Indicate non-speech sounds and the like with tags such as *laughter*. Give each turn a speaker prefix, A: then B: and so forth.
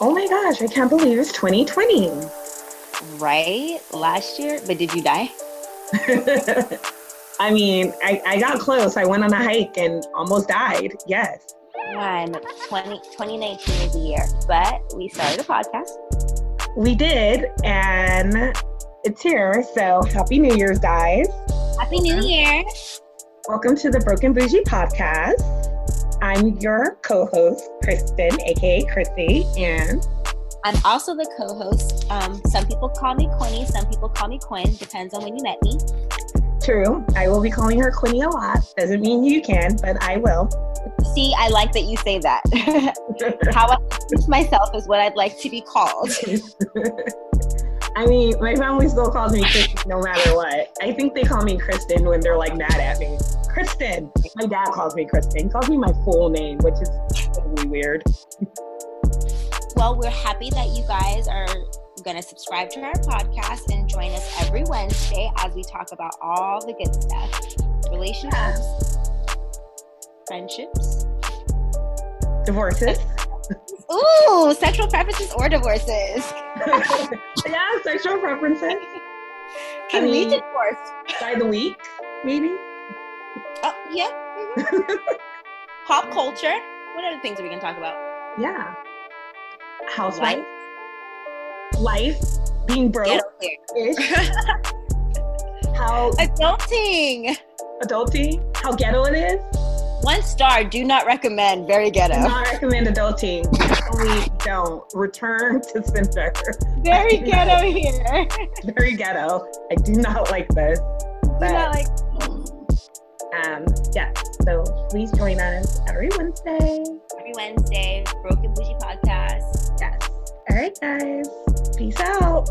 A: oh my gosh, I can't believe it's 2020.
B: Right? Last year? But did you die?
A: *laughs* I mean, I, I got close. I went on a hike and almost died. Yes.
B: And 20, 2019 is the year. But we started a podcast.
A: We did, and it's here. So happy New Year's, guys.
B: Happy New Year.
A: Welcome to the Broken Bougie podcast. I'm your co host, Kristen, aka Chrissy, and
B: I'm also the co host. Um, some people call me Quinny, some people call me Quinn. Depends on when you met me.
A: true, I will be calling her Quinny a lot. Doesn't mean you can, but I will. *laughs*
B: See, I like that you say that. *laughs* How I introduce myself is what I'd like to be called.
A: I mean, my family still calls me Kristen no matter what. I think they call me Kristen when they're like mad at me. Kristen! My dad calls me Kristen, calls me my full name, which is totally weird.
B: Well, we're happy that you guys are going to subscribe to our podcast and join us every Wednesday as we talk about all the good stuff relationships, friendships,
A: Divorces. *laughs*
B: ooh, sexual preferences or divorces.
A: yeah, sexual preferences
B: Can
A: I
B: we
A: mean-
B: divorce?
A: by the week, maybe.
B: Oh, yeah. mhm. *laughs* Pop culture. What other things are we going to talk about?
A: Yeah. Housewife. Life. Being
B: Get
A: broke
B: up there.
A: ish. How
B: Adulting.
A: adulting. How ghetto it is.
B: One star. Do not recommend. Very
A: Do
B: ghetto.
A: not recommend adulting. We don't. Return to center.
B: Very *laughs* ghetto here.
A: Very ghetto. I do not like this.
B: Do not like.
A: Um, yeah. So please join us every Wednesday.
B: Every Wednesday, Broken Bougie Podcast.
A: Yes. All right, guys. Peace out.